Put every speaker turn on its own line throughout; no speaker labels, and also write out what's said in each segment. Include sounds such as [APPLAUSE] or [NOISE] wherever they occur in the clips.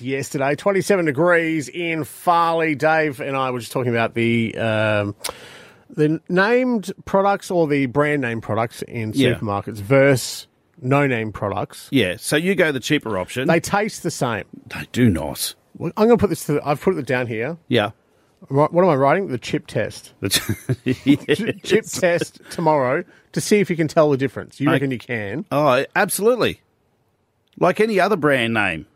yesterday. 27 degrees in Farley. Dave and I were just talking about the um, the named products or the brand name products in
Yeah.
supermarkets versus no name products.
Yeah, so you go the cheaper option.
They taste the same.
they do not.
Well, I'm going to put this to the, I've put it down here.
Yeah.
Right, What am I writing? The chip
[LAUGHS]
test. [LAUGHS]
Yes.
Chip test tomorrow to see if you can tell the difference. You reckon you can?
Oh, absolutely. Like any other brand name.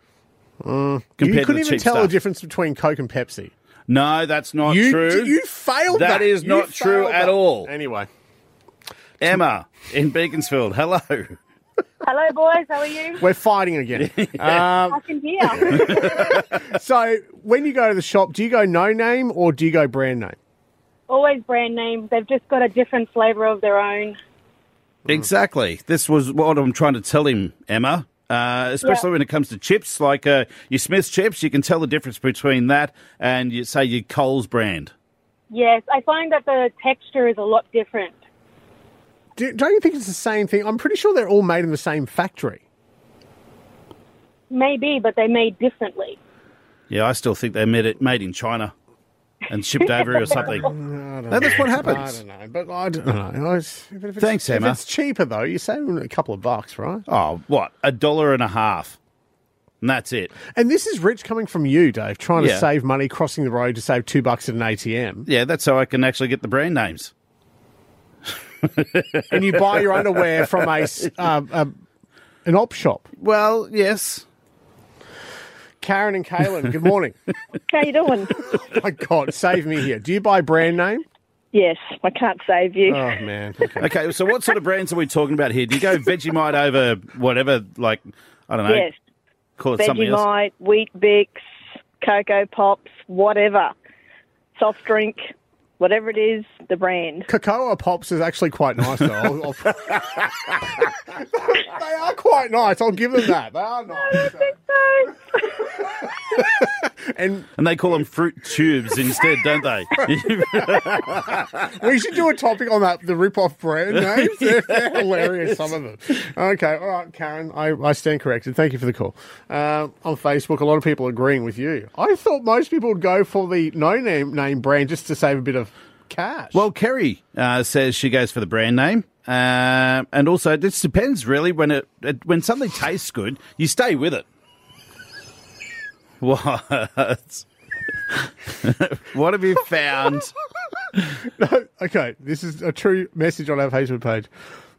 Mm.
compared
you
to
couldn't
the
even
cheap
tell the
stuff.
difference between Coke and Pepsi.
No, that's not
you
true.
you failed.
That
That
is
You
not true
failed
at
that.
all.
Anyway,
Emma in Beaconsfield. Hello.
Mm.
Hello, boys. How are you?
we're fighting again.
[LAUGHS]
I can hear. [LAUGHS]
so when you go to the shop, do you go no name or do you go brand name?
Always brand name. They've just got a different flavour of their own.
Exactly. This was what I'm trying to tell him, Emma. Uh, especially when it comes to chips, like uh, your Smith's chips, you can tell the difference between that and you say your Coles brand.
Yes, I find that the texture is a lot different.
Do, don't you think it's the same thing? I'm pretty sure they're all made in the same factory.
Maybe, but they made differently.
Yeah, I still think they're made, it, made in China and shipped over
[LAUGHS]
or something. No, that's what
I
happens.
don't know, but I don't know. I was- if it's-
Thanks, Emma.
If it's cheaper though, you're saving a couple of bucks, right?
Oh, what? A dollar and a half. And that's it.
And this is rich coming from you, Dave, trying
Yeah.
to save money crossing the road to save two bucks at an ATM,
Yeah, that's how I can actually get the brand names.
and you buy your underwear from a, s- [LAUGHS] um, um, an op shop.
Well, yes.
Karen and Kaylin, good
[LAUGHS]
morning.
How you doing?
My God, save me here. Do you buy brand name?
yes, I can't save
Oh
you.
man. Okay.
Okay, so what sort of brands are we talking about here? Do you go Vegemite over whatever, like, I don't know,
yes,
call it something else?
Vegemite, Wheat Bix, Cocoa Pops, whatever, soft drink, whatever it is, the brand.
Cocoa Pops is actually quite nice, though. I'll, I'll... [LAUGHS] they are quite nice. I'll give them that. They are nice. and
And they call them fruit tubes instead, don't they?
we should do a topic on that. The rip-off brand names. They're, they're hilarious. Some of them. Okay. All right, Karen. I, I stand corrected. Thank you for the call. Um, on Facebook, a lot of people agreeing with you. I thought most people would go for the no name name brand just to save a bit of cash.
[LAUGHS] well, Kerry uh, says she goes for the brand name. Uh, and also, it just depends really when it, it when something tastes good, you stay with it. [LAUGHS] What? [LAUGHS] what have you found?
Okay, this is a true message on our Facebook page.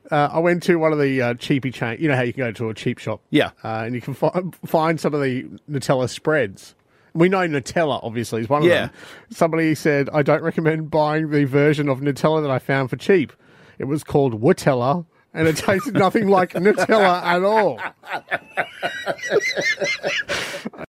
Uh, I went to one of the uh, cheapy chain. You know how you can go to a cheap shop,
Yeah.
uh, and you can fi- find some of the Nutella spreads. We know Nutella obviously is one of
Yeah.
them. Somebody said I don't recommend buying the version of Nutella that I found for cheap. It was called Wutella, and
[LAUGHS]
it tasted nothing like Nutella at all.